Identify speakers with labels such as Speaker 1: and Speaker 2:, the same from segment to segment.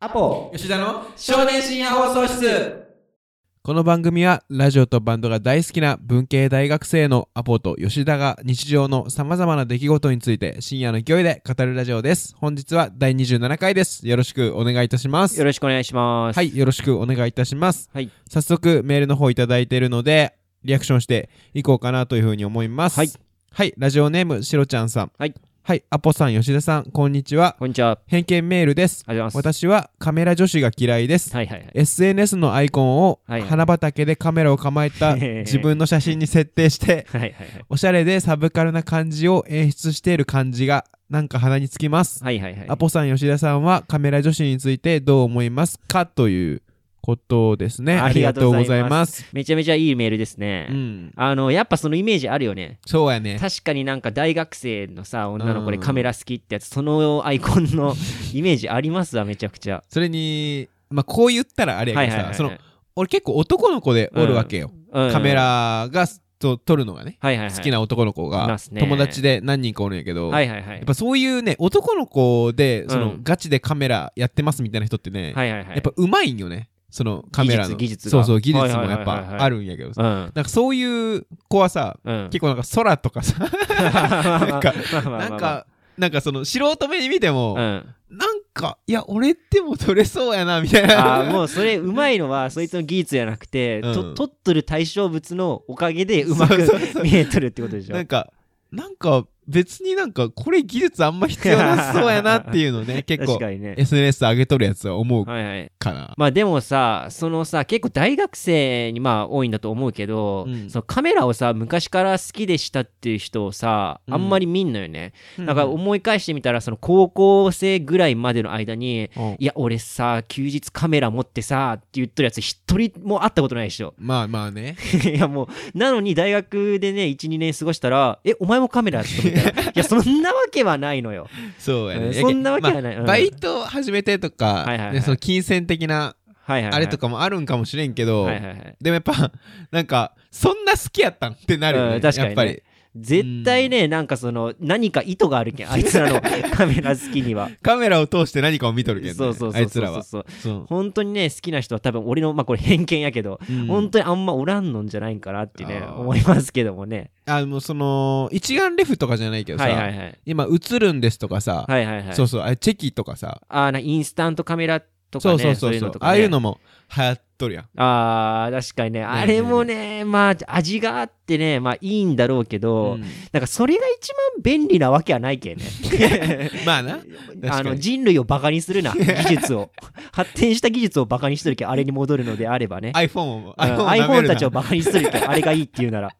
Speaker 1: アポ
Speaker 2: 吉田の少年深夜放送室
Speaker 3: この番組はラジオとバンドが大好きな文系大学生のアポと吉田が日常のさまざまな出来事について深夜の勢いで語るラジオです。本日は第27回です。よろしくお願いいたします
Speaker 4: よ。ろしくお願いします。
Speaker 3: はい、よろしくお願いいたします。
Speaker 4: はい
Speaker 3: 早速メールの方いただいているので、リアクションしていこうかなというふうに思います。
Speaker 4: はい。
Speaker 3: はい、ラジオネームしろちゃんさん。
Speaker 4: はい。
Speaker 3: はい、アポさん、吉田さん、こんにちは。
Speaker 4: こんにちは。
Speaker 3: 偏見メールです。
Speaker 4: ありがとうございます。
Speaker 3: 私はカメラ女子が嫌いです。
Speaker 4: はいはいはい。
Speaker 3: SNS のアイコンを
Speaker 4: はいはい
Speaker 3: 花畑でカメラを構え た自分の写真に設定して
Speaker 4: はいはいはい。
Speaker 3: おしゃれでサブカルな感じを演出している感じがなんか鼻につきます、
Speaker 4: はいはいはい。
Speaker 3: アポさん吉田さんはカメラ女子についてどう思いますかということですねあ
Speaker 4: あ
Speaker 3: り
Speaker 4: り
Speaker 3: が
Speaker 4: が
Speaker 3: と
Speaker 4: と
Speaker 3: う
Speaker 4: う
Speaker 3: ご
Speaker 4: ご
Speaker 3: ざ
Speaker 4: ざ
Speaker 3: い
Speaker 4: い
Speaker 3: ま
Speaker 4: ますめちゃめちゃいいメールです ね。
Speaker 3: うん
Speaker 4: あの、やっぱそのイメージあるよね。
Speaker 3: そうやね
Speaker 4: 確かになんか大学生のさ、女の子で
Speaker 3: うん
Speaker 4: カメラ好きってやつ、そのアイコン のイメージありますわ、めちゃくちゃ。
Speaker 3: それにまあこう言ったらあれや
Speaker 4: は
Speaker 3: け
Speaker 4: い
Speaker 3: ど
Speaker 4: はいはいは
Speaker 3: さ
Speaker 4: い。
Speaker 3: その俺結構男の子でおるわけよ、
Speaker 4: うん
Speaker 3: カメ、ラがと撮るのがね
Speaker 4: はいはいはい、
Speaker 3: 好きな男の子
Speaker 4: い
Speaker 3: が
Speaker 4: ますね
Speaker 3: 友達で何人かおるんやけど、
Speaker 4: はいはいはい。
Speaker 3: やっぱそういうね男の子でその、
Speaker 4: うん
Speaker 3: ガチでカメラやってますみたいな人ってね、
Speaker 4: はいはいはい。
Speaker 3: やっぱうまいんよねそのカメラの
Speaker 4: 技術技術が
Speaker 3: そうそう技術も
Speaker 4: はいはい
Speaker 3: やっ
Speaker 4: はいはい
Speaker 3: ぱあるんやけどさ、
Speaker 4: うん。
Speaker 3: なんかそういう子はさ
Speaker 4: うん。
Speaker 3: 結構なんか空とかさ
Speaker 4: なん
Speaker 3: か、
Speaker 4: な
Speaker 3: なん、かなんかその素人目に見ても、
Speaker 4: うん。
Speaker 3: なんかいや俺でも撮れそうやなみたい
Speaker 4: あー
Speaker 3: な
Speaker 4: もうそれうまいのはそいつの技術じゃなくて、
Speaker 3: うん
Speaker 4: と取っとる対象物のおかげでうまく
Speaker 3: そうそうそう
Speaker 4: 見えとるってことでし ょ
Speaker 3: なんかなんか別になんかこれ技術あんま必要なそうやなっていうのね結構
Speaker 4: 確かにね
Speaker 3: SNS 上げとるやつは思う
Speaker 4: はいはい
Speaker 3: かな、
Speaker 4: まあでもさそのさ結構大学生にまあ多いんだと思うけど、
Speaker 3: うん
Speaker 4: そのカメラをさ昔から好きでしたっていう人をさあんまり見んのよね、だから思い返してみたらその高校生ぐらいまでの間に
Speaker 3: うん
Speaker 4: いや俺さ休日カメラ持ってさって言っとるやつ一人も会ったことないでしょ
Speaker 3: まあまあ ね
Speaker 4: いやもうなのに大学でね12年過ごしたら「えお前もカメラ?」って思ったら いやそんなわけはないのよ
Speaker 3: そうや
Speaker 4: う
Speaker 3: ね。
Speaker 4: んそんなわけはない
Speaker 3: まあ
Speaker 4: うん
Speaker 3: バイト始めてとか、
Speaker 4: はいはいはい
Speaker 3: ねその金銭的な
Speaker 4: はいはい、はい、
Speaker 3: あれと
Speaker 4: か
Speaker 3: かもあるんかもしれんけど、
Speaker 4: はいはいはい
Speaker 3: でもやっぱ、なんか、そんな好きやったんってなるよね。
Speaker 4: うん確かにね
Speaker 3: やっぱり。
Speaker 4: 絶対ねなんかその何か意図があ るけんあいつらのカメラ好きには
Speaker 3: カメラを通して何かを見とるけど、ね、
Speaker 4: そうそうそうそうそう
Speaker 3: あいつらは。そう
Speaker 4: 本当にね好きな人は多分俺のまあこれ偏見やけど、
Speaker 3: うん
Speaker 4: 本当にあんまおらんのんじゃないんかなってね
Speaker 3: あー
Speaker 4: 思いますけどもね
Speaker 3: あの、その、一眼レフとかじゃないけどさ、
Speaker 4: はいはいはい
Speaker 3: 今映るんですとかさ、
Speaker 4: はいはいはい
Speaker 3: そうそう、あれチェキとかさ、
Speaker 4: あーなインスタントカメラとか
Speaker 3: そ
Speaker 4: ね
Speaker 3: うそうそうそ
Speaker 4: い
Speaker 3: う
Speaker 4: の
Speaker 3: う、
Speaker 4: とか、ね、
Speaker 3: ああいうのも流行っとるやん。
Speaker 4: あー確かにねあれもねまあ味があってねまあいいんだろうけ
Speaker 3: う
Speaker 4: ど、
Speaker 3: ん
Speaker 4: なんかそれが一番便利なわけはない けんね
Speaker 3: まあな、に
Speaker 4: あの人類をバカに するな技術を発展した技術をバカにしてるけんあれに戻るのであればね
Speaker 3: iPhone を、
Speaker 4: うん
Speaker 3: iPhone を舐める
Speaker 4: iPhone
Speaker 3: な
Speaker 4: たちをバカにす るけんあれがいいっていうなら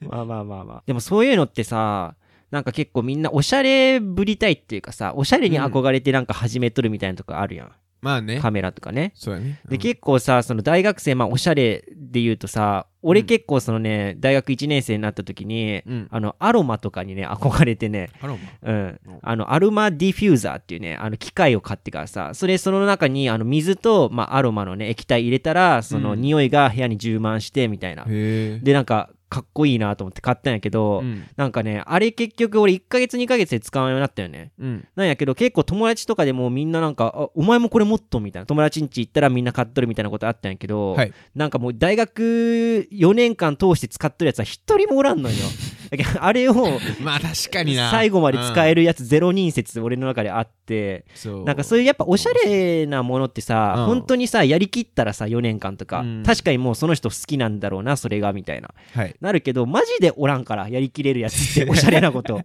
Speaker 4: まあまあまあまあでもそういうのってさなんか結構みんなおしゃれぶりたいっていうかさおしゃれに憧れてなんか始めとるみたいなとこあるやん、
Speaker 3: まあね。
Speaker 4: カメラとかね
Speaker 3: そうやね。
Speaker 4: で結構さその大学生まあおしゃれで言うとさ俺結構そのね、大学1年生になった時に、
Speaker 3: うん
Speaker 4: あのアロマとかにね憧れてね、
Speaker 3: あらま
Speaker 4: うん
Speaker 3: うん、
Speaker 4: あのアロマディフューザーっていうねあの機械を買ってからさそれその中にあの水と、まあ、アロマのね液体入れたらその
Speaker 3: うん
Speaker 4: 匂いが部屋に充満してみたいな、
Speaker 3: へえ。
Speaker 4: でなんかかっこいいなと思って買ったんやけど、
Speaker 3: うん
Speaker 4: なんかねあれ結局俺1ヶ月2ヶ月で使わなくなったよね
Speaker 3: うん、
Speaker 4: なんやけど結構友達とかでもみんななんかあお前もこれ持っとみたいな友達ん家行ったらみんな買っとるみたいなことあったんやけど、
Speaker 3: はい
Speaker 4: なんかもう大学4年間通して使っとるやつは一人もおらんのよだけどあれを
Speaker 3: まあ確かにな
Speaker 4: 最後まで使え
Speaker 3: る、
Speaker 4: るやつゼロ人説俺の中であって
Speaker 3: そう
Speaker 4: なんかそういうやっぱおしゃれなものってさ、
Speaker 3: うん
Speaker 4: 本当にさやりきったらさ4年間とか、
Speaker 3: うん
Speaker 4: 確かにもうその人好きなんだろうなそれがみたいな
Speaker 3: はい、
Speaker 4: なるけどマジでおらんからやりきれるやつっておしゃれなこと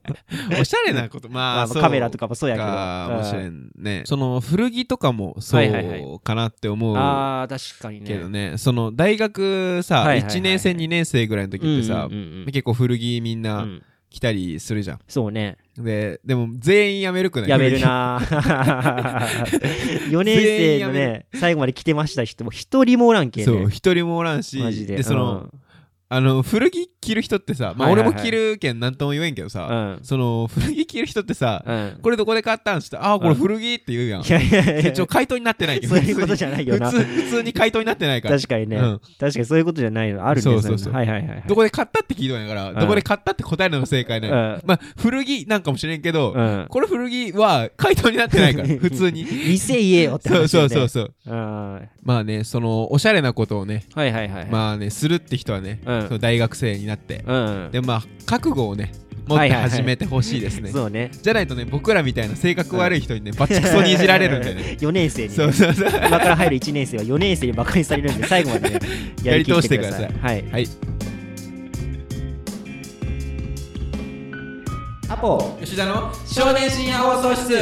Speaker 3: おしゃれなこと まあ、
Speaker 4: まあまあカメラとかもそうやけど
Speaker 3: か
Speaker 4: うん
Speaker 3: もしれんねその古着とかもそ
Speaker 4: はいはいはいう
Speaker 3: かなって思う
Speaker 4: あー確かにね
Speaker 3: けどねその大学さ、
Speaker 4: はいはいはい
Speaker 3: 1年生2年生ぐらいの時ってさ、
Speaker 4: うんうんうんうん
Speaker 3: 結構古着みん
Speaker 4: う
Speaker 3: なん着たりするじゃん、
Speaker 4: そうね
Speaker 3: ででも全員やめるくない
Speaker 4: やめる
Speaker 3: 古着
Speaker 4: な4年
Speaker 3: 全員
Speaker 4: 生
Speaker 3: や
Speaker 4: の
Speaker 3: め
Speaker 4: ね最後まで来てました人も一人もおらんけ ん
Speaker 3: そう
Speaker 4: ね
Speaker 3: 一人もおらんし
Speaker 4: マジで
Speaker 3: その、あの古着着る人ってさ、まあ、
Speaker 4: はい
Speaker 3: 俺
Speaker 4: はいはい
Speaker 3: も着るけんなんとも言えんけどさ、
Speaker 4: うん
Speaker 3: その古着着る人ってさ、
Speaker 4: うん
Speaker 3: これどこで買ったんしたらあーこれ
Speaker 4: うん
Speaker 3: 古着って言うやん、
Speaker 4: いやいやいや
Speaker 3: 一応回答になってないけど
Speaker 4: そういうことじゃないよな
Speaker 3: 普通に普通普通に回答になってないから
Speaker 4: 確かにね、
Speaker 3: うん
Speaker 4: 確かにそういうことじゃないのあるんです
Speaker 3: そうそうそう
Speaker 4: はいはいはいはい
Speaker 3: どこで買ったって聞いとんやから、
Speaker 4: ん
Speaker 3: どこで買ったって答えるのが正解ね、
Speaker 4: うん
Speaker 3: まあ古着なんかもしれんけど、
Speaker 4: うん
Speaker 3: これ古着は回答になってない から普通に
Speaker 4: 店言えよって
Speaker 3: そう
Speaker 4: 話
Speaker 3: そ
Speaker 4: よね
Speaker 3: うそうそう
Speaker 4: うんはい
Speaker 3: まあねそのおしゃれなことをね
Speaker 4: はいはいはい、
Speaker 3: まあねするって人はね、
Speaker 4: うん
Speaker 3: その大学生になって、
Speaker 4: うん
Speaker 3: でまあ覚悟をね持っ
Speaker 4: はい
Speaker 3: て
Speaker 4: はいはい
Speaker 3: 始めてほしいですね、
Speaker 4: そうね
Speaker 3: じゃないとね僕らみたいな性格悪い人にね、バチクソにいじられるんで ね
Speaker 4: 4年生にね、
Speaker 3: そうそうそう
Speaker 4: 今から入る1年生は4年生にバカにされるんで最後までね
Speaker 3: やり通してください
Speaker 4: やりきってくださいはい
Speaker 3: はい
Speaker 2: アポ吉田の少年深夜放送室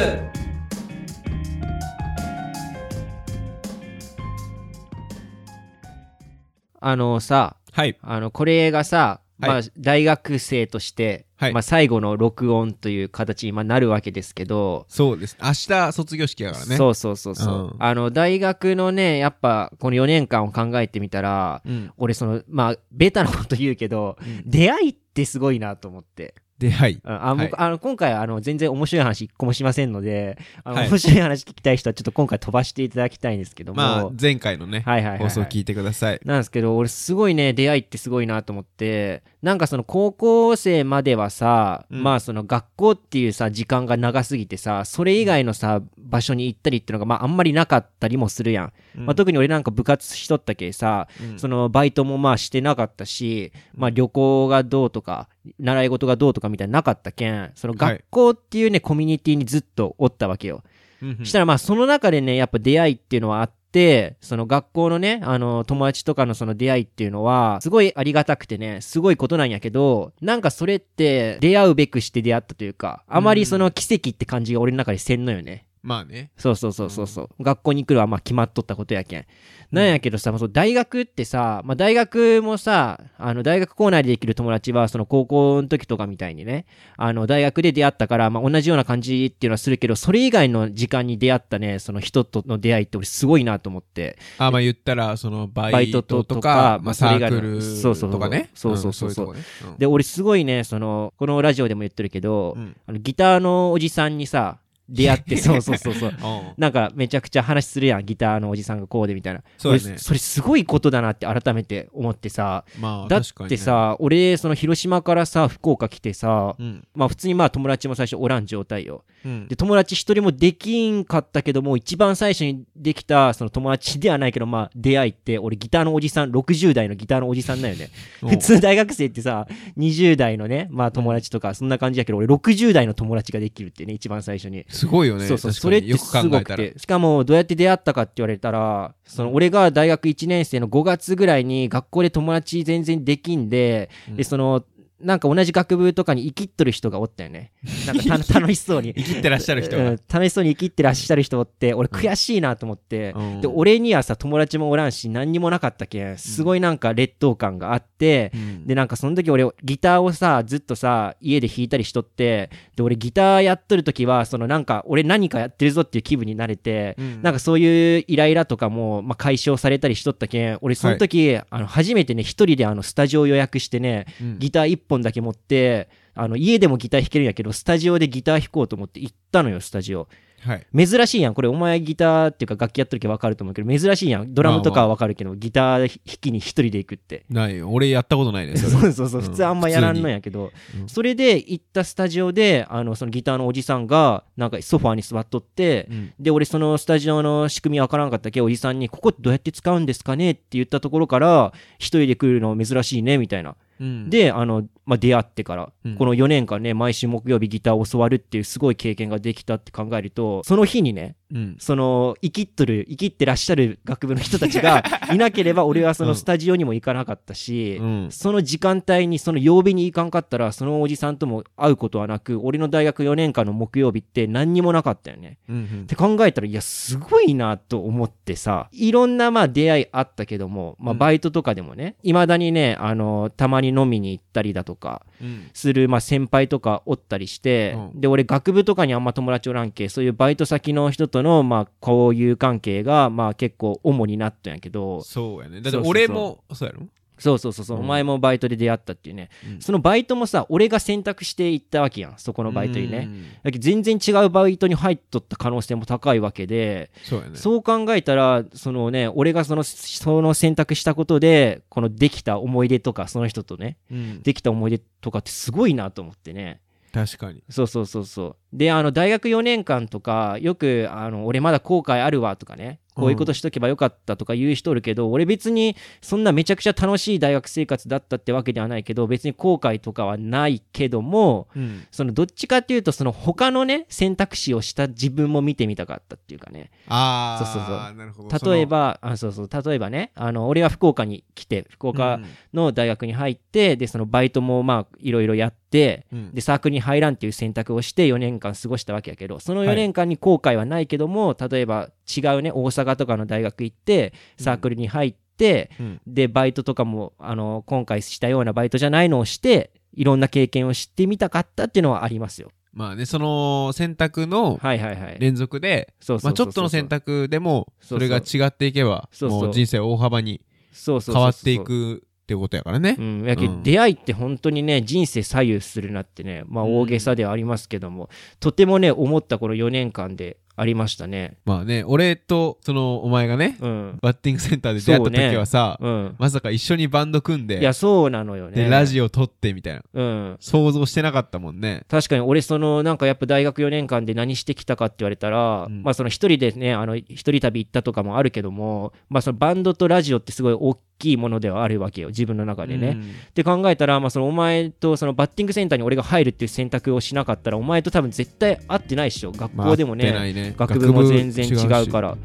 Speaker 4: あのさ
Speaker 3: はい
Speaker 4: あのこれがさ、ま
Speaker 3: は
Speaker 4: あ、大学生として、
Speaker 3: はい
Speaker 4: まあ、最後の録音という形に今なるわけですけど、
Speaker 3: そうです明日卒業式やからね
Speaker 4: そうそうそうそう、
Speaker 3: うん
Speaker 4: あの大学のねやっぱこの4年間を考えてみたら
Speaker 3: うん、
Speaker 4: 俺そのまあベタなこと言うけど、出会いってすごいなと思って。
Speaker 3: ではい
Speaker 4: うんあ僕あの今回はあの全然面白い話一個もしませんのであの、
Speaker 3: はい
Speaker 4: 面白い話聞きたい人はちょっと今回飛ばしていただきたいんですけども、
Speaker 3: まあ前回のね、
Speaker 4: はいはいはいはい
Speaker 3: 放送聞いてください
Speaker 4: なんですけど俺すごいね出会いってすごいなと思ってなんかその高校生まではさ、
Speaker 3: うん
Speaker 4: まあその学校っていうさ時間が長すぎてさそれ以外のさ場所に行ったりっていうのがまああんまりなかったりもするやん、
Speaker 3: うん
Speaker 4: まあ、特に俺なんか部活しとったけさ、
Speaker 3: うん
Speaker 4: そのバイトもまあしてなかったし、まあ、旅行がどうとか習い事がどうとかみたいなのなかったけんその学校っていうね、コミュニティにずっとおったわけよ、
Speaker 3: うんうん
Speaker 4: したらまあその中でねやっぱ出会いっていうのはあってその学校のねあの友達とかのその出会いっていうのはすごいありがたくてねすごいことなんやけどなんかそれって出会うべくして出会ったというかあまりその奇跡って感じが俺の中でせんのよね。
Speaker 3: まあね
Speaker 4: そうそうそうそうそう、学校に来るはまあ決まっとったことやけんなんやけどさ、まあそう大学ってさ、まあ、大学もさあの大学校内でできる友達はその高校の時とかみたいにねあの大学で出会ったから、まあ、同じような感じっていうのはするけどそれ以外の時間に出会ったねその人との出会いって俺すごいなと思って
Speaker 3: あまあ言ったらそのバ
Speaker 4: バ
Speaker 3: イ
Speaker 4: イ
Speaker 3: ト
Speaker 4: ト
Speaker 3: とか
Speaker 4: ととか
Speaker 3: ま
Speaker 4: ま
Speaker 3: あ、
Speaker 4: あ
Speaker 3: サ
Speaker 4: そ
Speaker 3: ー
Speaker 4: れ以外の
Speaker 3: ク
Speaker 4: そうそうそ
Speaker 3: ル
Speaker 4: う
Speaker 3: とかね
Speaker 4: そうそうそうそうん
Speaker 3: いとこね
Speaker 4: で俺すごいねそのこのラジオでも言ってるけど、
Speaker 3: うん
Speaker 4: あのギターのおじさんにさ出会ってそうそうそうそう
Speaker 3: うんうん
Speaker 4: なんかめちゃくちゃ話するやんギターのおじさんがこうでみたいな
Speaker 3: そうだね
Speaker 4: 俺それすごいことだなって改めて思ってさ
Speaker 3: まあ
Speaker 4: だっ
Speaker 3: 確かにね
Speaker 4: てさ、俺その広島からさ福岡来てさ、
Speaker 3: うん
Speaker 4: まあ普通にまあ友達も最初おらん状態よ
Speaker 3: うん
Speaker 4: で友達一人もできんかったけども一番最初にできたその友達ではないけどまあ出会いって俺ギターのおじさん60代のギターのおじさんだよね
Speaker 3: お
Speaker 4: 普通大学生ってさ20代のねまあ友達とかそんな感じやけど俺60代の友達ができるってね一番最初に
Speaker 3: すごいよね
Speaker 4: そうそう
Speaker 3: 確か
Speaker 4: そ
Speaker 3: に
Speaker 4: れって
Speaker 3: よく考
Speaker 4: すご
Speaker 3: えた
Speaker 4: く
Speaker 3: ら
Speaker 4: てしかもどうやって出会ったかって言われたらその俺が大学1年生の5月ぐらいに学校で友達全然できんで,、
Speaker 3: うん
Speaker 4: でそのなんか同じ学部とかに生きっとる人がおったよ ねなんかた 楽しそうに
Speaker 3: 生きてらっしゃる人
Speaker 4: う
Speaker 3: が
Speaker 4: ん楽しそうに生きってらっしゃる人おって俺悔しいなと思って、で俺にはさ友達もおらんし何にもなかったけんすごいなんか劣等感があって、でなんかその時俺ギターをさずっとさ家で弾いたりしとってで俺ギターやっとる時はそのなんか俺何かやってるぞっていう気分になれて、なん
Speaker 3: か
Speaker 4: かそういうイライラとかも、まあ、解消されたりしとったけん俺その時、あの初めてね一人であのスタジオ予約してねギター一本だけ持ってあの家でもギター弾けるんやけどスタジオでギター弾こうと思って行ったのよスタジオ
Speaker 3: はい
Speaker 4: 珍しいやんこれお前ギターっていうか楽器やっとるけ分かると思うけど珍しいやんドラムとかは分かるけど、ギター弾きに一人で行くって
Speaker 3: ないよ俺やったことないね それ
Speaker 4: そうそうそう
Speaker 3: うん
Speaker 4: 普通あんまやらんのやけど、
Speaker 3: にうん
Speaker 4: それで行ったスタジオであのそのギターのおじさんがなんかソファーに座っとって、
Speaker 3: うん
Speaker 4: で俺そのスタジオの仕組みわからんかったけどおじさんに「ここどうやって使うんですかね?」って言ったところから「一人で来るの珍しいね」みたいな、
Speaker 3: うん
Speaker 4: であの、まあ、出会ってから、
Speaker 3: うん
Speaker 4: この4年間ね毎週木曜日ギターを教わるっていうすごい経験ができたって考えるとその日にね
Speaker 3: うん
Speaker 4: その生きっとる生きってらっしゃる学部の人たち がいなければ俺はそ
Speaker 3: うん
Speaker 4: のスタジオにも行かなかったし、
Speaker 3: うん
Speaker 4: その時間帯にその曜日に行かんかったらそのおじさんとも会うことはなく俺の大学4年間の木曜日って何にもなかったよね。
Speaker 3: うんうん
Speaker 4: って考えたらいやすごいなと思ってさいろんなまあ出会いあったけども、まあ、
Speaker 3: うん
Speaker 4: バイトとかでもねいまだにねあのたまに飲みに行ったりだとか
Speaker 3: うん
Speaker 4: するまあ先輩とかおったりして、
Speaker 3: うん
Speaker 4: で俺学部とかにあんま友達おらんけそういうバイト先の人とのまあ交友関係がまあ結構主になったんやけど
Speaker 3: そうやねだって
Speaker 4: そうそうそう
Speaker 3: 俺もそうやろ
Speaker 4: そうそうそうそう、
Speaker 3: うん
Speaker 4: お前もバイトで出会ったっていうね、
Speaker 3: うん
Speaker 4: そのバイトもさ俺が選択していったわけやんそこのバイトに
Speaker 3: う
Speaker 4: ね、
Speaker 3: ん
Speaker 4: だけど全然違うバイトに入っとった可能性も高いわけで、
Speaker 3: そうやね
Speaker 4: そう考えたらそのね俺がそのその選択したことでこのできた思い出とかその人とね
Speaker 3: うん
Speaker 4: できた思い出とかってすごいなと思ってね
Speaker 3: 確かに
Speaker 4: そうそうそうそうであの大学4年間とかよくあの俺まだ後悔あるわとかねこういうことしとけばよかったとか言う人おるけど、俺別にそんなめちゃくちゃ楽しい大学生活だったってわけではないけど別に後悔とかはないけども、
Speaker 3: うん
Speaker 4: そのどっちかっていうとその他のね選択肢をした自分も見てみたかったっていうかね
Speaker 3: ああ
Speaker 4: そうそうそ
Speaker 3: なるほど
Speaker 4: 例えばあそうそう例えばねあの俺は福岡に来て福
Speaker 3: と
Speaker 4: 岡の大学に入って、でそのバイトもまあいろいろやってでサークルに入らんっていう選択をして4年間過ごしたわけやけどその4年間に後悔はないけども、例えば違うね大阪とかの大学行ってサークルに入って、
Speaker 3: うん
Speaker 4: でバイトとかもあの今回したようなバイトじゃないのをしていろんな経験をしてみたかったっていうのはありますよ。
Speaker 3: まあねその選択の
Speaker 4: はいはいはい。
Speaker 3: 連続で
Speaker 4: そうそ
Speaker 3: ま
Speaker 4: うそう
Speaker 3: あ
Speaker 4: そう
Speaker 3: ちょっとの選択でも
Speaker 4: そ
Speaker 3: そうれ
Speaker 4: そう
Speaker 3: が違っていけば
Speaker 4: そうそう
Speaker 3: もう人生大幅に
Speaker 4: そうそうそうそう
Speaker 3: 変わっていくってことやからね
Speaker 4: うん、やけ、
Speaker 3: うん
Speaker 4: 出会いって本当にね人生左右するなってね、まあ、
Speaker 3: うん
Speaker 4: 大げさではありますけども、とてもね思ったこの4年間でありましたね。
Speaker 3: まあね俺とそのお前がね
Speaker 4: うん、
Speaker 3: バッティングセンターで出会った時はさ
Speaker 4: うん、
Speaker 3: まさか一緒にバンド組ん
Speaker 4: いや
Speaker 3: で
Speaker 4: そうなのよね。
Speaker 3: でラジオ撮ってみたいな
Speaker 4: うん、
Speaker 3: 想像してなかったもんね
Speaker 4: 確かに俺そのなんかやっぱ大学4年間で何してきたかって言われたら、
Speaker 3: うん
Speaker 4: まあその一人でねあの一人旅行ったとかもあるけども、まあ、そのバンドとラジオってすごい大きいものではあるわけよ自分の中でね。
Speaker 3: うん
Speaker 4: って考えたら、まあ、そのお前とそのバッティングセンターに俺が入るっていう選択をしなかったらお前と多分絶対会ってないでしょ学
Speaker 3: まあ合
Speaker 4: 校
Speaker 3: っ
Speaker 4: で
Speaker 3: て
Speaker 4: もね,、
Speaker 3: ないね
Speaker 4: 学部も全然違う
Speaker 3: し
Speaker 4: から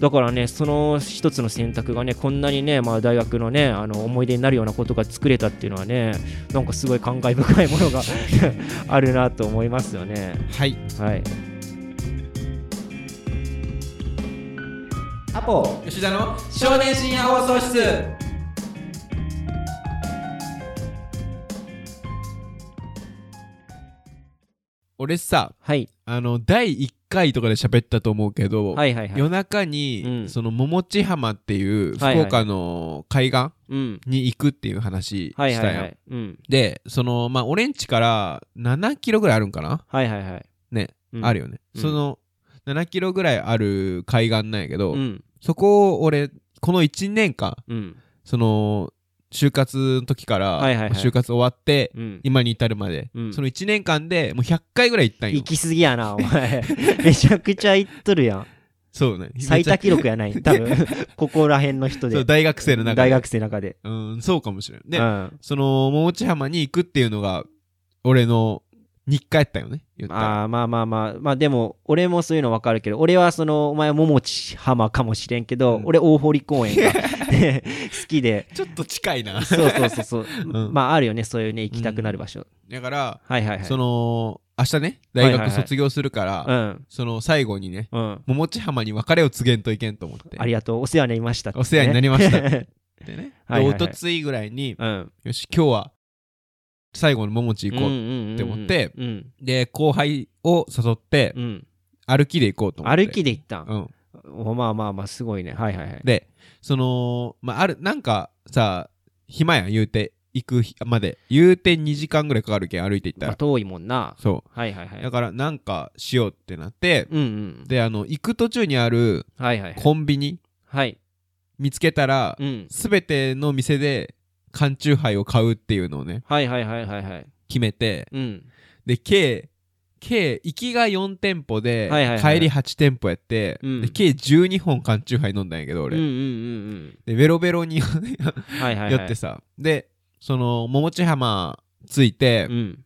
Speaker 4: だからねその一つの選択がねこんなにね、まあ、大学のねあの思い出になるようなことが作れたっていうのはねなんかすごい感慨深いものが あるなと思いますよね
Speaker 3: はい
Speaker 4: はい
Speaker 2: アポ吉田の少年深夜放送室
Speaker 3: 俺さ
Speaker 4: はい
Speaker 3: あの第1回とかで喋ったと思うけど、
Speaker 4: はいはいはい
Speaker 3: 夜中
Speaker 4: う
Speaker 3: に、
Speaker 4: ん
Speaker 3: その桃地浜っていう
Speaker 4: はい
Speaker 3: 福
Speaker 4: は
Speaker 3: 岡
Speaker 4: い
Speaker 3: の海岸
Speaker 4: うん
Speaker 3: に行くっていう話した
Speaker 4: はい
Speaker 3: やん、
Speaker 4: はいはいうん
Speaker 3: でそのまあ俺ん家から7キロぐらいあるんかな
Speaker 4: はいはいはい
Speaker 3: ね、
Speaker 4: うん
Speaker 3: あるよね、
Speaker 4: うん
Speaker 3: その7キロぐらいある海岸なんやけど、
Speaker 4: うん
Speaker 3: そこを俺この1年間
Speaker 4: うん
Speaker 3: その就活の時から、
Speaker 4: はいはいはい
Speaker 3: 就活終わって
Speaker 4: うん
Speaker 3: 今に至るまで、
Speaker 4: うん
Speaker 3: その1年間でもう100回ぐらい行ったんよ
Speaker 4: 行き過ぎやなお 前めちゃくちゃ行っとるやん
Speaker 3: そうね
Speaker 4: 最多記録やない多分 ここら辺の人
Speaker 3: そう
Speaker 4: で
Speaker 3: 大学生の中で
Speaker 4: 大学生の中で
Speaker 3: うん、そうかもしれない。で、
Speaker 4: うん
Speaker 3: その、桃地浜に行くっていうのが、俺の日課やったよね。言ったら。
Speaker 4: あーまあまあまあまあでも俺もそういうの分かるけど俺はそのお前は桃地浜かもしれんけど、
Speaker 3: うん
Speaker 4: 俺大堀公 園が好きで
Speaker 3: ちょっと近いな。
Speaker 4: そうそうそうそう、
Speaker 3: うん
Speaker 4: まああるよねそういうね行きたくなる場所、
Speaker 3: だから、
Speaker 4: はいはいはい
Speaker 3: その、明日ね、大
Speaker 4: はいはい
Speaker 3: 学
Speaker 4: はい
Speaker 3: 卒業するから、
Speaker 4: うん
Speaker 3: その、最後にね、
Speaker 4: うん
Speaker 3: 桃地浜に別れを告げんといけんと思って。
Speaker 4: ありがとうお世話になりましたってね、
Speaker 3: お世話になりま したでね。
Speaker 4: はいはいはい
Speaker 3: で、おとついぐらいに、
Speaker 4: うん
Speaker 3: よし、今日は、最後の桃地行こう。って思って
Speaker 4: うん
Speaker 3: で、後輩を誘って
Speaker 4: うん、う、ん
Speaker 3: 歩きで行こうと思って。
Speaker 4: 歩きで行ったん、
Speaker 3: うん。
Speaker 4: おまあまあまあすごいねはいはいはい
Speaker 3: でそのまああるなんかさ暇やん言うて行く日まで言うて2時間ぐらいかかるけん歩いて行ったら、
Speaker 4: まあ、遠いもんな
Speaker 3: そ
Speaker 4: はいはいうはい
Speaker 3: だからなんかしようってなって、
Speaker 4: うんうん
Speaker 3: であの行く途中にある
Speaker 4: はいはいはい
Speaker 3: コンビニ
Speaker 4: はい
Speaker 3: 見つけたら、
Speaker 4: うん
Speaker 3: すべ全ての店で缶チューハイを買うっていうのをね
Speaker 4: はいはいはいはいはい
Speaker 3: 決めて
Speaker 4: うん
Speaker 3: で計計行きが4店舗で、
Speaker 4: はいはいはい
Speaker 3: 帰り8店舗やって、
Speaker 4: うん
Speaker 3: で計12本缶チューハイ飲んだんやけど
Speaker 4: うん
Speaker 3: 俺、
Speaker 4: うんうん
Speaker 3: でベロベロに
Speaker 4: うんはいはい
Speaker 3: や
Speaker 4: は
Speaker 3: って
Speaker 4: い
Speaker 3: さ、でその桃地浜ついて、
Speaker 4: うん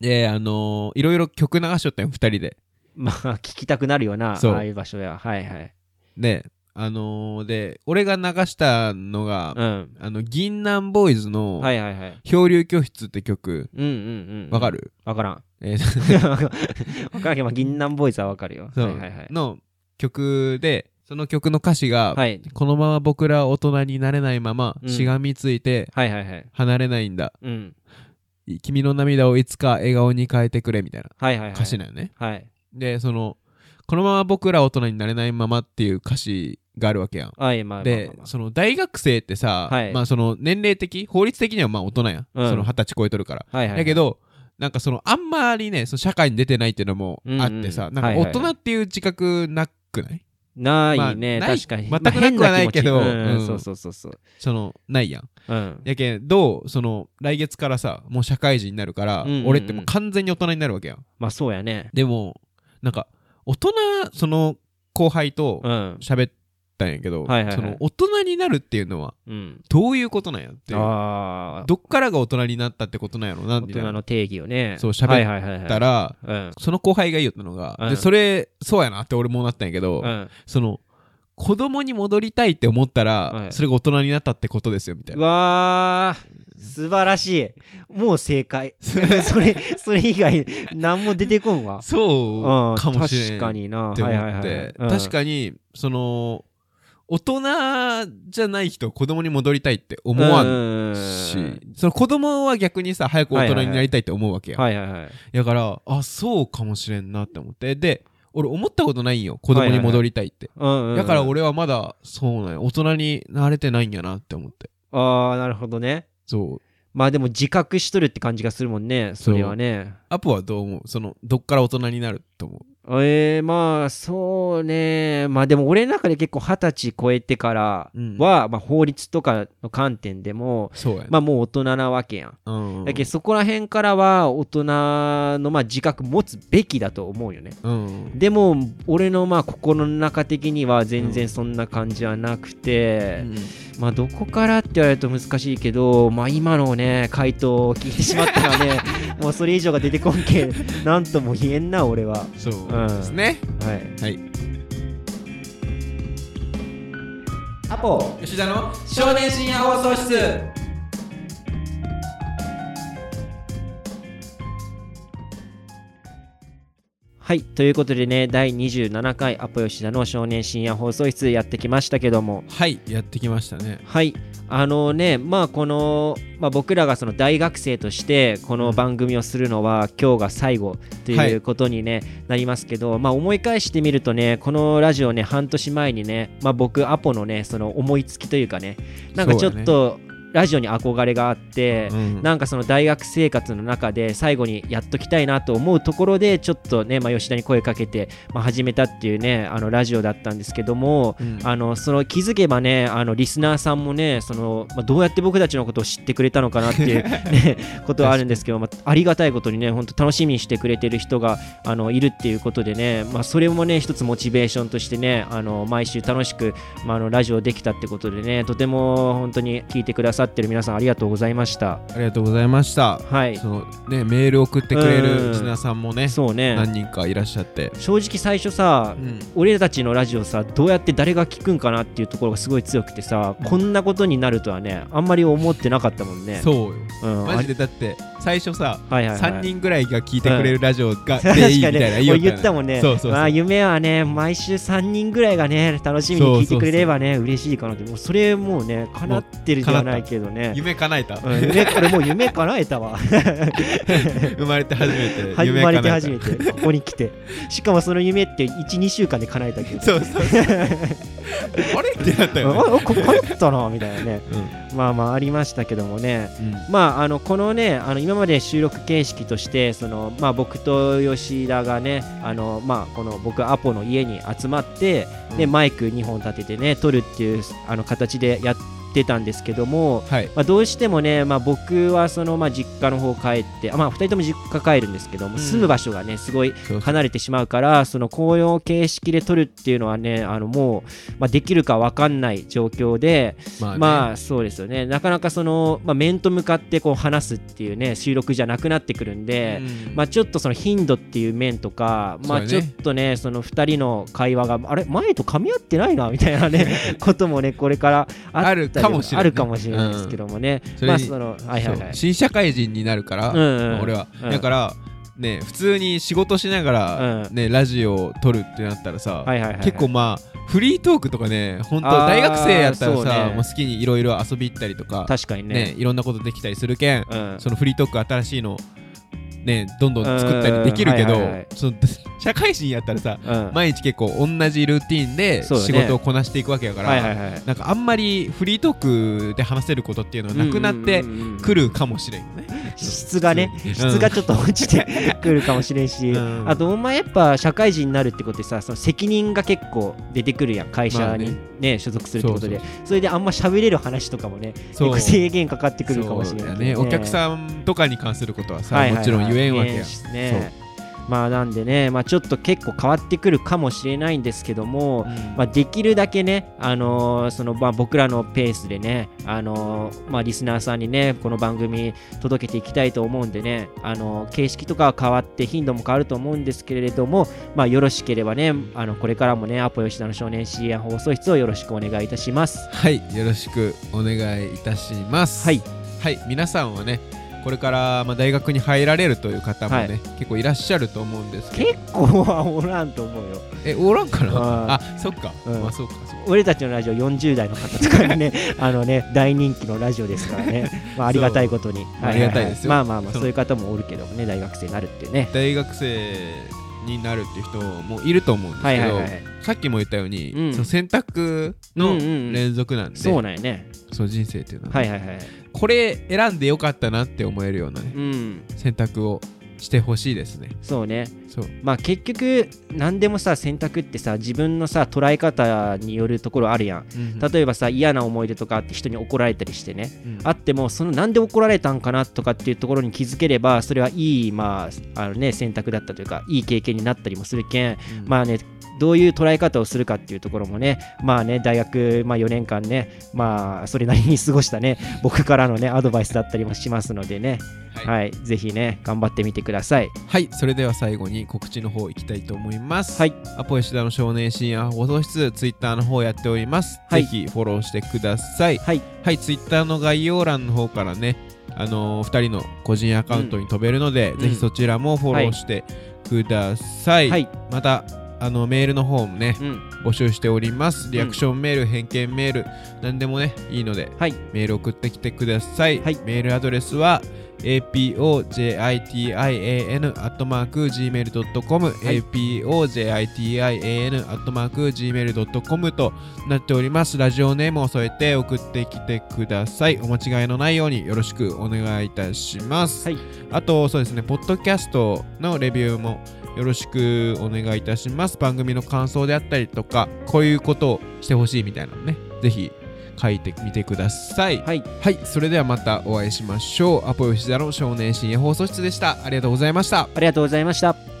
Speaker 3: であのーいろいろ曲流しとったよ2人で
Speaker 4: まあ聞きたくなるよな
Speaker 3: そう
Speaker 4: ああいう場所やはいはい
Speaker 3: であのーで俺が流したのが、
Speaker 4: うん
Speaker 3: あの銀杏ボーイズの
Speaker 4: はいはいはい
Speaker 3: 「漂流教室」って曲
Speaker 4: うんうんうん
Speaker 3: わかる、
Speaker 4: わからん
Speaker 3: えー
Speaker 4: わからんけどまあ銀杏ボーイズはわかるよ
Speaker 3: そう
Speaker 4: はいはいはい
Speaker 3: の曲でその曲の歌詞が、
Speaker 4: はい
Speaker 3: このまま僕らは大人になれないまま、
Speaker 4: うん
Speaker 3: しがみついて
Speaker 4: はいはいはい
Speaker 3: 離れないんだ
Speaker 4: うん
Speaker 3: 君の涙をいつか笑顔に変えてくれ」みたいな
Speaker 4: はいはいはい
Speaker 3: 歌詞なんよね、
Speaker 4: はい
Speaker 3: でその「このまま僕ら大人になれないまま」っていう歌詞があるわけやん。
Speaker 4: あいやまあまあまあ
Speaker 3: で
Speaker 4: まあ
Speaker 3: その大学生ってさ、
Speaker 4: はい
Speaker 3: まあその年齢的法律的にはまあ大人やん、
Speaker 4: うん
Speaker 3: その二十歳超えとるから、
Speaker 4: はいはいはい
Speaker 3: だけどなんかそのあんまりねその社会に出てないっていうのもあってさ、
Speaker 4: うんうん
Speaker 3: なんか大
Speaker 4: はいはいは
Speaker 3: 人っていう自覚なくない
Speaker 4: ないね、
Speaker 3: まあない
Speaker 4: 確かに
Speaker 3: 全くなくはないけど
Speaker 4: まあ変な気持ちうん
Speaker 3: うん
Speaker 4: そうそうそうそう
Speaker 3: そのないやん
Speaker 4: うん
Speaker 3: やけんどうその来月からさもう社会人になるから、
Speaker 4: うんうんうん
Speaker 3: 俺ってもう完全に大人になるわけやん
Speaker 4: まあそうやね
Speaker 3: でもなんか大人その後輩と
Speaker 4: うん
Speaker 3: 喋ったんやけど、
Speaker 4: はいはいはい
Speaker 3: その大人になるっていうのは
Speaker 4: うん
Speaker 3: どういうことなんやっていう
Speaker 4: ああ
Speaker 3: どっからが大人になったってことなんやろな
Speaker 4: 大
Speaker 3: みたい
Speaker 4: 人
Speaker 3: な
Speaker 4: の定義をね
Speaker 3: そう喋
Speaker 4: はいはいはいはい
Speaker 3: たら
Speaker 4: うん
Speaker 3: その後輩が言ったのが、
Speaker 4: うん
Speaker 3: でそれそうやなって俺もなったんやけど、
Speaker 4: うん
Speaker 3: その子供に戻りたいって思ったら、
Speaker 4: はい
Speaker 3: それが大人になったってことですよみたいうな
Speaker 4: わー素晴らしいもう正解 それそれ以外何も出てこん わ
Speaker 3: そううんかもしれん
Speaker 4: 確かにな
Speaker 3: って思って、
Speaker 4: はいはいはいうん
Speaker 3: 確かにその大人じゃない人を子供に戻りたいって思わん
Speaker 4: ん
Speaker 3: し、その子供は逆にさ早く大人になりたいって思うわけやん、
Speaker 4: はいはいはい
Speaker 3: だからあそうかもしれんなって思ってで俺思ったことないんよ子供に戻りたいって、
Speaker 4: うんうん
Speaker 3: だから俺はまだそうなんや大人になれてないんやなって思って
Speaker 4: ああなるほどね
Speaker 3: そう
Speaker 4: まあでも自覚しとるって感じがするもんねそれはね
Speaker 3: アポはどう思うそのどっから大人になると思う
Speaker 4: えー、まあそうねまあでも俺の中で結構二十歳超えてからは、まあ、法律とかの観点でも
Speaker 3: そうやね、
Speaker 4: まあもう大人なわけやん
Speaker 3: うん
Speaker 4: だけどそこら辺からは大人のまあ自覚持つべきだと思うよね
Speaker 3: うん
Speaker 4: でも俺のまあ心の中的には全
Speaker 3: う
Speaker 4: 然そんな感じはなく
Speaker 3: う
Speaker 4: て、
Speaker 3: ん
Speaker 4: まあどこからって言われると難しいけどまあ今のね回答を聞いてしまったら ねもうそれ以上が出てこんけなんとも言えんな俺は
Speaker 3: そうですね、
Speaker 4: はい
Speaker 3: はい
Speaker 2: アポ吉田の少年深夜放送室
Speaker 4: はいということでね第27回アポ吉田の少年深夜放送室やってきましたけども
Speaker 3: はいやってきましたね
Speaker 4: はいあのねまあこの、まあ、僕らがその大学生としてこの番組をするのは今日が最後と
Speaker 3: はいいう
Speaker 4: ことに、ねなりますけど、まあ、思い返してみるとねこのラジオね半年前にね、まあ、僕アポのねその思いつきというかねなんかちょっとラジオに憧れがあって、
Speaker 3: うん
Speaker 4: なんかその大学生活の中で最後にやっときたいなと思うところでちょっとね、まあ、吉田に声かけて、まあ、始めたっていうねあのラジオだったんですけども、
Speaker 3: うん
Speaker 4: あのその気づけばねあのリスナーさんもねその、まあ、どうやって僕たちのことを知ってくれたのかなっ ていう、ね、ことはあるんですけど、まあ、ありがたいことにね本当楽しみにしてくれてる人があのいるっていうことでね、まあ、それもね一つモチベーションとしてねあの毎週楽しく、まあ、あのラジオできたってことでねとても本当に聞いてくださってる皆さんありがとうございました。
Speaker 3: ありがとうございました
Speaker 4: はい
Speaker 3: そのねメール送ってくれ
Speaker 4: うん
Speaker 3: るリスナーさんもね
Speaker 4: そうね
Speaker 3: 何人かいらっしゃって
Speaker 4: 正直最初さ
Speaker 3: うん
Speaker 4: 俺たちのラジオさどうやって誰が聞くんかなっていうところがすごい強くてさこんなことになるとはねあんまり思ってなかったもん ね。
Speaker 3: そうよ
Speaker 4: うん、
Speaker 3: マジ
Speaker 4: で、
Speaker 3: でだって最初さ
Speaker 4: はいはいはい、
Speaker 3: 3人ぐらいが聞いてくれるラジオが
Speaker 4: 確か
Speaker 3: でいいみたい
Speaker 4: に
Speaker 3: な
Speaker 4: 俺
Speaker 3: よね
Speaker 4: 言ったもんね
Speaker 3: そうそう
Speaker 4: まあ、
Speaker 3: そう
Speaker 4: 夢はね毎週3人ぐらいがね楽しみに聞いてくれればね嬉しいかなってもうそれもうね叶ってるじゃないけどね
Speaker 3: 夢叶えた
Speaker 4: うん夢これもう夢叶えたわ
Speaker 3: 生まれて初めて
Speaker 4: 生
Speaker 3: 夢
Speaker 4: まれて
Speaker 3: 叶え
Speaker 4: 初
Speaker 3: た
Speaker 4: めてここに来てしかもその夢って12週間で叶えたけど
Speaker 3: そうそう そうあれってなった
Speaker 4: うん
Speaker 3: よね
Speaker 4: あこ叶ったなみたいなね
Speaker 3: うん
Speaker 4: まあまあありましたけどもね
Speaker 3: うん
Speaker 4: まあ、あのこのねあの今まで収録形式としてその、まあ、僕と吉田がねあの、まあ、この僕アポの家に集まって、で
Speaker 3: うん
Speaker 4: マイク2本立ててね撮るっていうあの形でやってたんですけども、
Speaker 3: はい
Speaker 4: まあ、どうしてもね、まあ、僕はその、まあ、実家の方帰ってあ、まあ、2人とも実家帰るんですけども、
Speaker 3: うん
Speaker 4: 住む場所がねすごい
Speaker 3: そうそう
Speaker 4: 離れてしまうからその紅葉形式で撮るっていうのはねあのもう、まあ、できるか分かんない状況で。
Speaker 3: まあね
Speaker 4: まあそうですよねなかなかその、まあ、面と向かってこう話すっていうね収録じゃなくなってくるんで、
Speaker 3: うん
Speaker 4: まあちょっとその頻度っていう面とか、まあ
Speaker 3: そう
Speaker 4: ちょ
Speaker 3: やね
Speaker 4: っとねその2人の会話があれ前と噛み合ってないなみたい なねこともねこれからあったり
Speaker 3: あるかもしれない
Speaker 4: あるかもしれないですけどもね、
Speaker 3: うん
Speaker 4: まあ
Speaker 3: それに
Speaker 4: そのはいはいは
Speaker 3: そ
Speaker 4: いう
Speaker 3: 新社会人になるから
Speaker 4: うんうん
Speaker 3: まあ俺は
Speaker 4: うん
Speaker 3: だからね普通に仕事しながら
Speaker 4: う
Speaker 3: ねラジオを撮るってなったらさ
Speaker 4: はいはいはいはい
Speaker 3: 結構まあフリートークとかね本当
Speaker 4: あー
Speaker 3: 大学生やったら
Speaker 4: そうね
Speaker 3: さもう好きにいろいろ遊び行ったりとか
Speaker 4: 確かにね
Speaker 3: ねいろんなことできたりするけん
Speaker 4: うん
Speaker 3: そのフリートーク新しいのねどんどん作ったりできるけ
Speaker 4: うん
Speaker 3: ど
Speaker 4: はいはいはい
Speaker 3: その社会人やったらさ
Speaker 4: うん
Speaker 3: 毎日結構同じルーティンで
Speaker 4: そうだね
Speaker 3: 仕事をこなしていくわけやから、
Speaker 4: はいはいはい
Speaker 3: なんかあんまりフリートークで話せることっていうのはなくなってくるかもしれんよね。
Speaker 4: 質がね
Speaker 3: うん
Speaker 4: 質がちょっと落ちてくるかもしれんし、
Speaker 3: うん
Speaker 4: あとお前やっぱ社会人になるってことでさその責任が結構出てくるやん会
Speaker 3: ま
Speaker 4: 社
Speaker 3: あ
Speaker 4: に、
Speaker 3: ね
Speaker 4: ね所属するってことで
Speaker 3: そ
Speaker 4: それであんま喋れる話とかもね結構制限かかってくるかもしれない
Speaker 3: そうだ
Speaker 4: けどね、
Speaker 3: ねお客さんとかに関することはさ、
Speaker 4: はいはいは
Speaker 3: も
Speaker 4: い
Speaker 3: ちろん言えんわけや
Speaker 4: 言えんしねまあなんでね、まあ、ちょっと結構変わってくるかもしれないんですけども、
Speaker 3: うん
Speaker 4: まあ、できるだけね、あのーそのまあ、僕らのペースでね、あのーまあ、リスナーさんにねこの番組届けていきたいと思うんでね、あのー形式とかは変わって頻度も変わると思うんですけれども、まあ、よろしければねあのこれからもねアポ吉田の少年深夜放送室をよろしくお願いいたします。
Speaker 3: はいよろしくお願いいたします
Speaker 4: はい、
Speaker 3: はい皆さんはねこれからまあ大学に入られるという方もね、
Speaker 4: は
Speaker 3: 結構いらっしゃると思うんですけど
Speaker 4: 結構はおらんと思うよ
Speaker 3: えおらんかなあ
Speaker 4: あ
Speaker 3: そっか、
Speaker 4: うん
Speaker 3: まあそうかそうか
Speaker 4: 俺たちのラジオ40代の方とかにね あのね大人気のラジオですからね、まあ、ありがたいことに
Speaker 3: う
Speaker 4: ははは
Speaker 3: ありがたいですよ
Speaker 4: まあまあまあ
Speaker 3: そ
Speaker 4: そ
Speaker 3: の
Speaker 4: ういう方もおるけどもね大学生になるっていうね
Speaker 3: 大学生になるっていう人もいると思うんです
Speaker 4: は
Speaker 3: け
Speaker 4: い
Speaker 3: ど、
Speaker 4: はいはい
Speaker 3: さっきも言ったように、
Speaker 4: うん
Speaker 3: その選択
Speaker 4: う
Speaker 3: の
Speaker 4: んうんうん
Speaker 3: 連続なんで、
Speaker 4: そうなんやね。
Speaker 3: その人生っていうのはね、
Speaker 4: はいはいはい。
Speaker 3: これ選んでよかったなって思えるようなね、
Speaker 4: うん。
Speaker 3: 選択をしてほしいですね。
Speaker 4: そうね。
Speaker 3: そう
Speaker 4: まあ結局、何でもさ、選択ってさ、自分のさ、捉え方によるところあるやん。例えばさ、嫌な思い出とかあって人に怒られたりしてね。
Speaker 3: うん
Speaker 4: あっても、そのなんで怒られたんかなとかっていうところに気づければ、それはいい、まあ、あのね、選択だったというか、いい経験になったりもするけん、
Speaker 3: うん
Speaker 4: まあね、どういう捉え方をするかっていうところもね、まあね、大学、まあ、4年間ね、まあ、それなりに過ごしたね、 僕からのね、アドバイスだったりもしますのでね、
Speaker 3: はい、
Speaker 4: はい、ぜひね、頑張ってみてください。
Speaker 3: はいそれでは最後に告知の方いきたいと思います。
Speaker 4: はい、
Speaker 3: アポ吉田の少年深夜放送室ツイッターの方やっております。
Speaker 4: はい
Speaker 3: ぜひフォローしてください。
Speaker 4: はい、
Speaker 3: はい、ツイッターの概要欄の方からね、あのー、2人の個人アカウントに飛べるので、
Speaker 4: うん
Speaker 3: ぜひそちらもフォローしてください。
Speaker 4: はい、
Speaker 3: またあのメールの方もね
Speaker 4: うん、
Speaker 3: 募集しておりますリアクションメール、偏見メール何でもねいいので
Speaker 4: はい、
Speaker 3: メール送ってきてください、
Speaker 4: はい
Speaker 3: メールアドレスは apojitian.gmail.com、
Speaker 4: はい
Speaker 3: apojitian.gmail.com となっておりますラジオネームを添えて送ってきてくださいお間違いのないようによろしくお願いいたします、
Speaker 4: はい
Speaker 3: あとそうですねポッドキャストのレビューもよろしくお願いいたします番組の感想であったりとかこういうことをしてほしいみたいなのねぜひ書いてみてください
Speaker 4: はい、
Speaker 3: はい、それではまたお会いしましょう。アポ吉田の少年深夜放送室でした。ありがとうございました。
Speaker 4: ありがとうございました。